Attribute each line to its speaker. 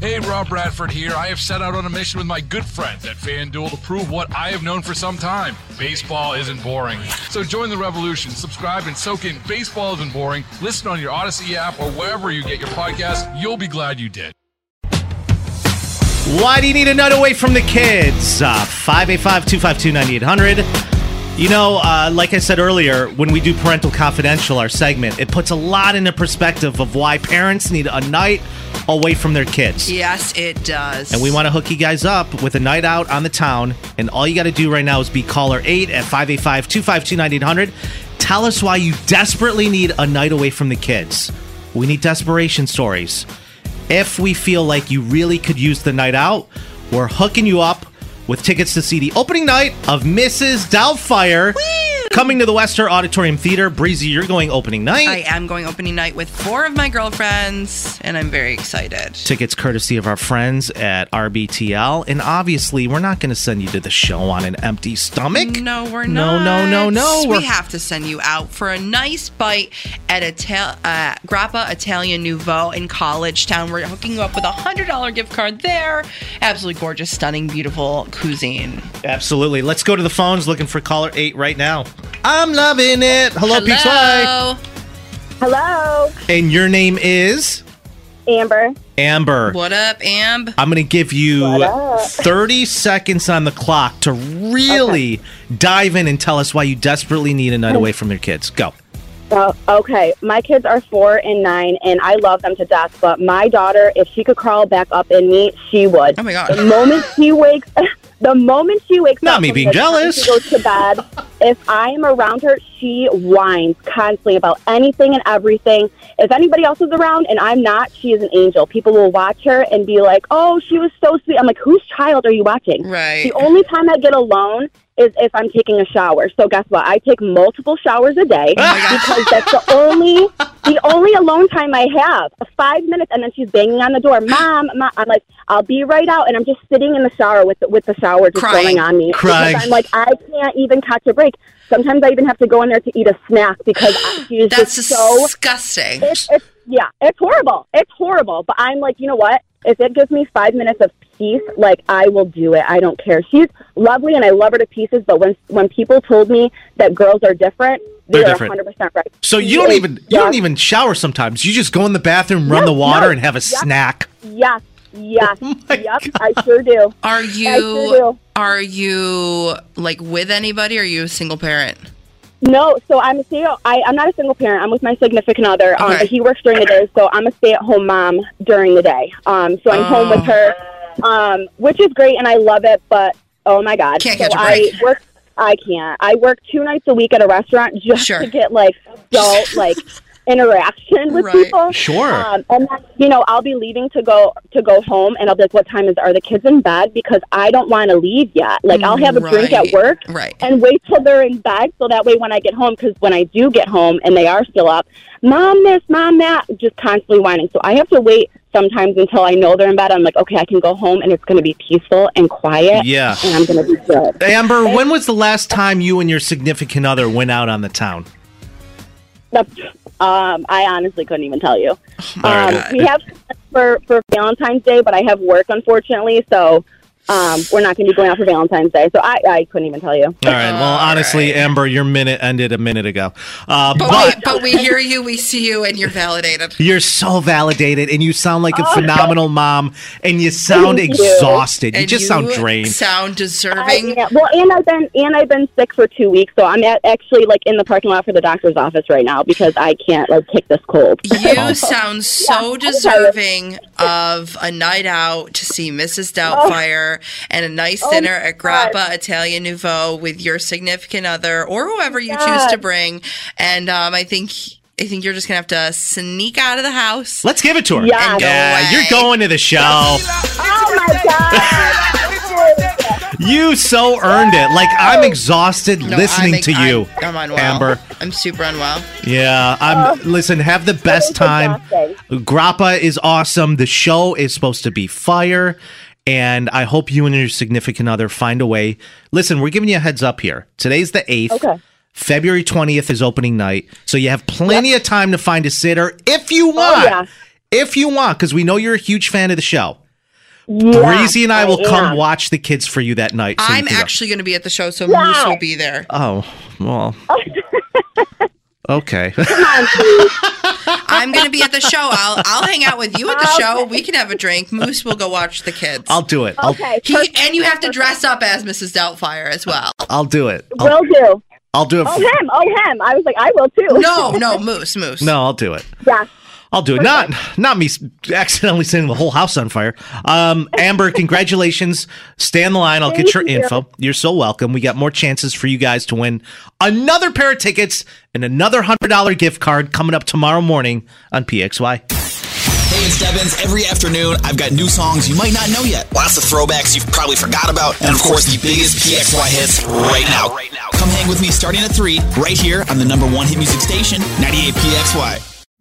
Speaker 1: Hey, Rob Bradford here. I have set out on a mission with my good friends at FanDuel to prove what I have known for some time baseball isn't boring. So join the revolution. Subscribe and soak in Baseball Isn't Boring. Listen on your Odyssey app or wherever you get your podcast. You'll be glad you did.
Speaker 2: Why do you need a nut away from the kids? Uh, 585 252 9800. You know, uh, like I said earlier, when we do Parental Confidential, our segment, it puts a lot into perspective of why parents need a night away from their kids.
Speaker 3: Yes, it does.
Speaker 2: And we want to hook you guys up with a night out on the town. And all you got to do right now is be caller 8 at 585 252 9800. Tell us why you desperately need a night away from the kids. We need desperation stories. If we feel like you really could use the night out, we're hooking you up with tickets to see the opening night of Mrs. Doubtfire coming to the Wester Auditorium Theater. Breezy, you're going opening night.
Speaker 3: I am going opening night with four of my girlfriends, and I'm very excited.
Speaker 2: tickets courtesy of our friends at RBTL. And obviously, we're not going to send you to the show on an empty stomach.
Speaker 3: No, we're
Speaker 2: No,
Speaker 3: not.
Speaker 2: no, no, no.
Speaker 3: We
Speaker 2: We're-
Speaker 3: have to send you out for a nice bite at Ital- uh, Grappa Italian Nouveau in College Town. We're hooking you up with a $100 gift card there. Absolutely gorgeous, stunning, beautiful cuisine.
Speaker 2: Absolutely. Let's go to the phones looking for caller eight right now. I'm loving it. Hello, Peach Pie.
Speaker 3: Hello.
Speaker 4: Hello,
Speaker 2: And your name is
Speaker 4: Amber.
Speaker 2: Amber.
Speaker 3: What up, Amb?
Speaker 2: I'm going to give you
Speaker 4: What up?
Speaker 2: 30 seconds on the clock to really dive in and tell us why you desperately need a night away from your kids. Go.
Speaker 4: Oh, okay, my kids are four and nine, and I love them to death. But my daughter, if she could crawl back up in me, she would.
Speaker 3: Oh my
Speaker 4: The
Speaker 3: God.
Speaker 4: moment she wakes, the moment she wakes
Speaker 2: Not
Speaker 4: up,
Speaker 2: me
Speaker 4: from
Speaker 2: being
Speaker 4: the time
Speaker 2: jealous.
Speaker 4: She goes to bed. if I am around her, she whines constantly about anything and everything. If anybody else is around and I'm not, she is an angel. People will watch her and be like, "Oh, she was so sweet." I'm like, "Whose child are you watching?"
Speaker 3: Right.
Speaker 4: The only time I get alone is if I'm taking a shower. So guess what? I take multiple showers a day
Speaker 3: Oh
Speaker 4: because that's the only the only alone time I have. Five minutes, and then she's banging on the door. Mom, mom, I'm like, I'll be right out, and I'm just sitting in the shower with the, with the shower just
Speaker 3: Crying.
Speaker 4: going on me. because
Speaker 2: Crying.
Speaker 4: I'm like, I can't even catch a break. Sometimes I even have to go in there to eat a snack because I- she's
Speaker 3: That's
Speaker 4: just so
Speaker 3: disgusting.
Speaker 4: it's, it's yeah, it's horrible. It's horrible. But I'm like, you know what? If it gives me five minutes of peace, like I will do it. I don't care. She's lovely, and I love her to pieces. But when when people told me that girls are different,
Speaker 2: They're
Speaker 4: they're
Speaker 2: different.
Speaker 4: 100 percent right.
Speaker 2: So
Speaker 4: She
Speaker 2: you don't
Speaker 4: is
Speaker 2: even you don't
Speaker 4: just-
Speaker 2: even shower sometimes. You just go in the bathroom, run
Speaker 4: No,
Speaker 2: the water,
Speaker 4: no.
Speaker 2: and have a
Speaker 4: Yeah.
Speaker 2: snack.
Speaker 4: Yes, yes,
Speaker 2: Oh my
Speaker 4: yep. I sure do.
Speaker 3: Are
Speaker 4: I sure
Speaker 3: you
Speaker 4: do.
Speaker 3: are you like with anybody? Or are you a single parent?
Speaker 4: No, so I'm a stay. I, I'm not a single parent. I'm with my significant other. Um,
Speaker 3: Okay.
Speaker 4: but he works during the day, so I'm a stay-at-home mom during the day. Um, so I'm home
Speaker 3: Oh.
Speaker 4: with her, um, which is great, and I love it. But oh my god,
Speaker 3: Can't
Speaker 4: so
Speaker 3: catch a
Speaker 4: I
Speaker 3: break.
Speaker 4: work. I can't. I work two nights a week at a restaurant just
Speaker 3: Sure.
Speaker 4: to get like adult like interaction with
Speaker 3: Right.
Speaker 4: people.
Speaker 2: Sure.
Speaker 4: Um, and then, you know, I'll be leaving to go to go home, and I'll be like, "What time is? Are the kids in bed?" Because I don't want to leave yet. Like I'll have a drink at
Speaker 3: Right.
Speaker 4: work,
Speaker 3: Right.
Speaker 4: and wait till they're in bed so that way when I get home, because when I do get home and they are still up, mom this, mom that, just constantly whining. So I have to wait sometimes until I know they're in bed. I'm like, okay, I can go home and it's going to be peaceful and quiet.
Speaker 2: Yeah.
Speaker 4: And I'm going to be good.
Speaker 2: Amber, when was the last time you and your significant other went out on the town?
Speaker 4: That's, um, I honestly couldn't even tell you.
Speaker 2: right,
Speaker 4: um,
Speaker 2: well-
Speaker 4: we have for, for Valentine's Day, but I have work, unfortunately. So um, we're not going to be going out for Valentine's Day. So I, I couldn't even tell you.
Speaker 2: All right. Well, honestly, Amber, your minute ended a minute ago. Uh,
Speaker 3: But,
Speaker 2: but
Speaker 3: we, but we hear you, we see you, and you're validated.
Speaker 2: you're so validated and you sound like a phenomenal mom and you sound
Speaker 4: Oh. Thank you.
Speaker 2: exhausted. You
Speaker 3: And
Speaker 2: just sound drained.
Speaker 3: Sound
Speaker 4: I,
Speaker 3: deserving.
Speaker 4: yeah, well, and I've been and I've been sick for two weeks, so I'm at, actually like in the parking lot for the doctor's office right now because I can't like kick this cold.
Speaker 3: You sound so deserving of a night out to see
Speaker 4: Oh.
Speaker 3: Mrs. Doubtfire and a nice dinner at Grappa Italian Nouveau with your significant other or whoever you choose
Speaker 4: God.
Speaker 3: to bring. And um, I think I think you're just gonna have to sneak out of the house.
Speaker 2: Let's give it to her.
Speaker 4: Yeah. And go
Speaker 2: yeah
Speaker 3: away.
Speaker 2: you're going to the show.
Speaker 4: Oh my god!
Speaker 2: You so earned it. Like I'm exhausted
Speaker 3: No,
Speaker 2: listening
Speaker 3: I'm-
Speaker 2: to you,
Speaker 3: I'm, I'm unwell.
Speaker 2: Amber.
Speaker 3: I'm super unwell.
Speaker 2: Yeah, I'm. listen, have the best
Speaker 4: is
Speaker 2: time.
Speaker 4: Oh. exhausting.
Speaker 2: Grappa is awesome. The show is supposed to be fire, and I hope you and your significant other find a way. Listen, we're giving you a heads up here. Today's the eighth.
Speaker 4: Okay.
Speaker 2: February twentieth is opening night, so you have plenty of time to find a sitter if you want.
Speaker 4: Oh, yeah.
Speaker 2: If you want, because we know you're a huge fan of the show.
Speaker 4: Yeah,
Speaker 2: Breezy and I will come
Speaker 4: am.
Speaker 2: watch the kids for you that night. so you
Speaker 3: I'm
Speaker 2: can go.
Speaker 3: actually gonna be at the show, so
Speaker 4: Yeah.
Speaker 3: Moose will be there.
Speaker 2: Oh, well. okay.
Speaker 3: I'm gonna be at the show. I'll I'll hang out with you at the show. We can have a drink. Moose will go watch the kids.
Speaker 2: I'll do it. I'll,
Speaker 4: Okay,
Speaker 3: he and you have to dress up as Mrs. Doubtfire as well.
Speaker 2: I'll do it. I'll,
Speaker 4: will do.
Speaker 2: I'll do it.
Speaker 4: Oh
Speaker 2: for-
Speaker 4: him! Oh him! I was like, I will too.
Speaker 3: No, no, Moose, Moose.
Speaker 2: no, I'll do it.
Speaker 4: Yeah.
Speaker 2: I'll do it. Not not me s- accidentally setting the whole house on fire. Um, Amber, congratulations. Stay on the line. I'll get
Speaker 4: Thank
Speaker 2: your
Speaker 4: you.
Speaker 2: info. You're so welcome. We got more chances for you guys to win another pair of tickets and another $100 gift card coming up tomorrow morning on PXY.
Speaker 5: Hey, it's Debbins. Every afternoon, I've got new songs you might not know yet. Lots of throwbacks you've probably forgot about. And of course, the biggest PXY hits right now. Come hang with me starting at 3, right here on the number one hit music station, 98 PXY.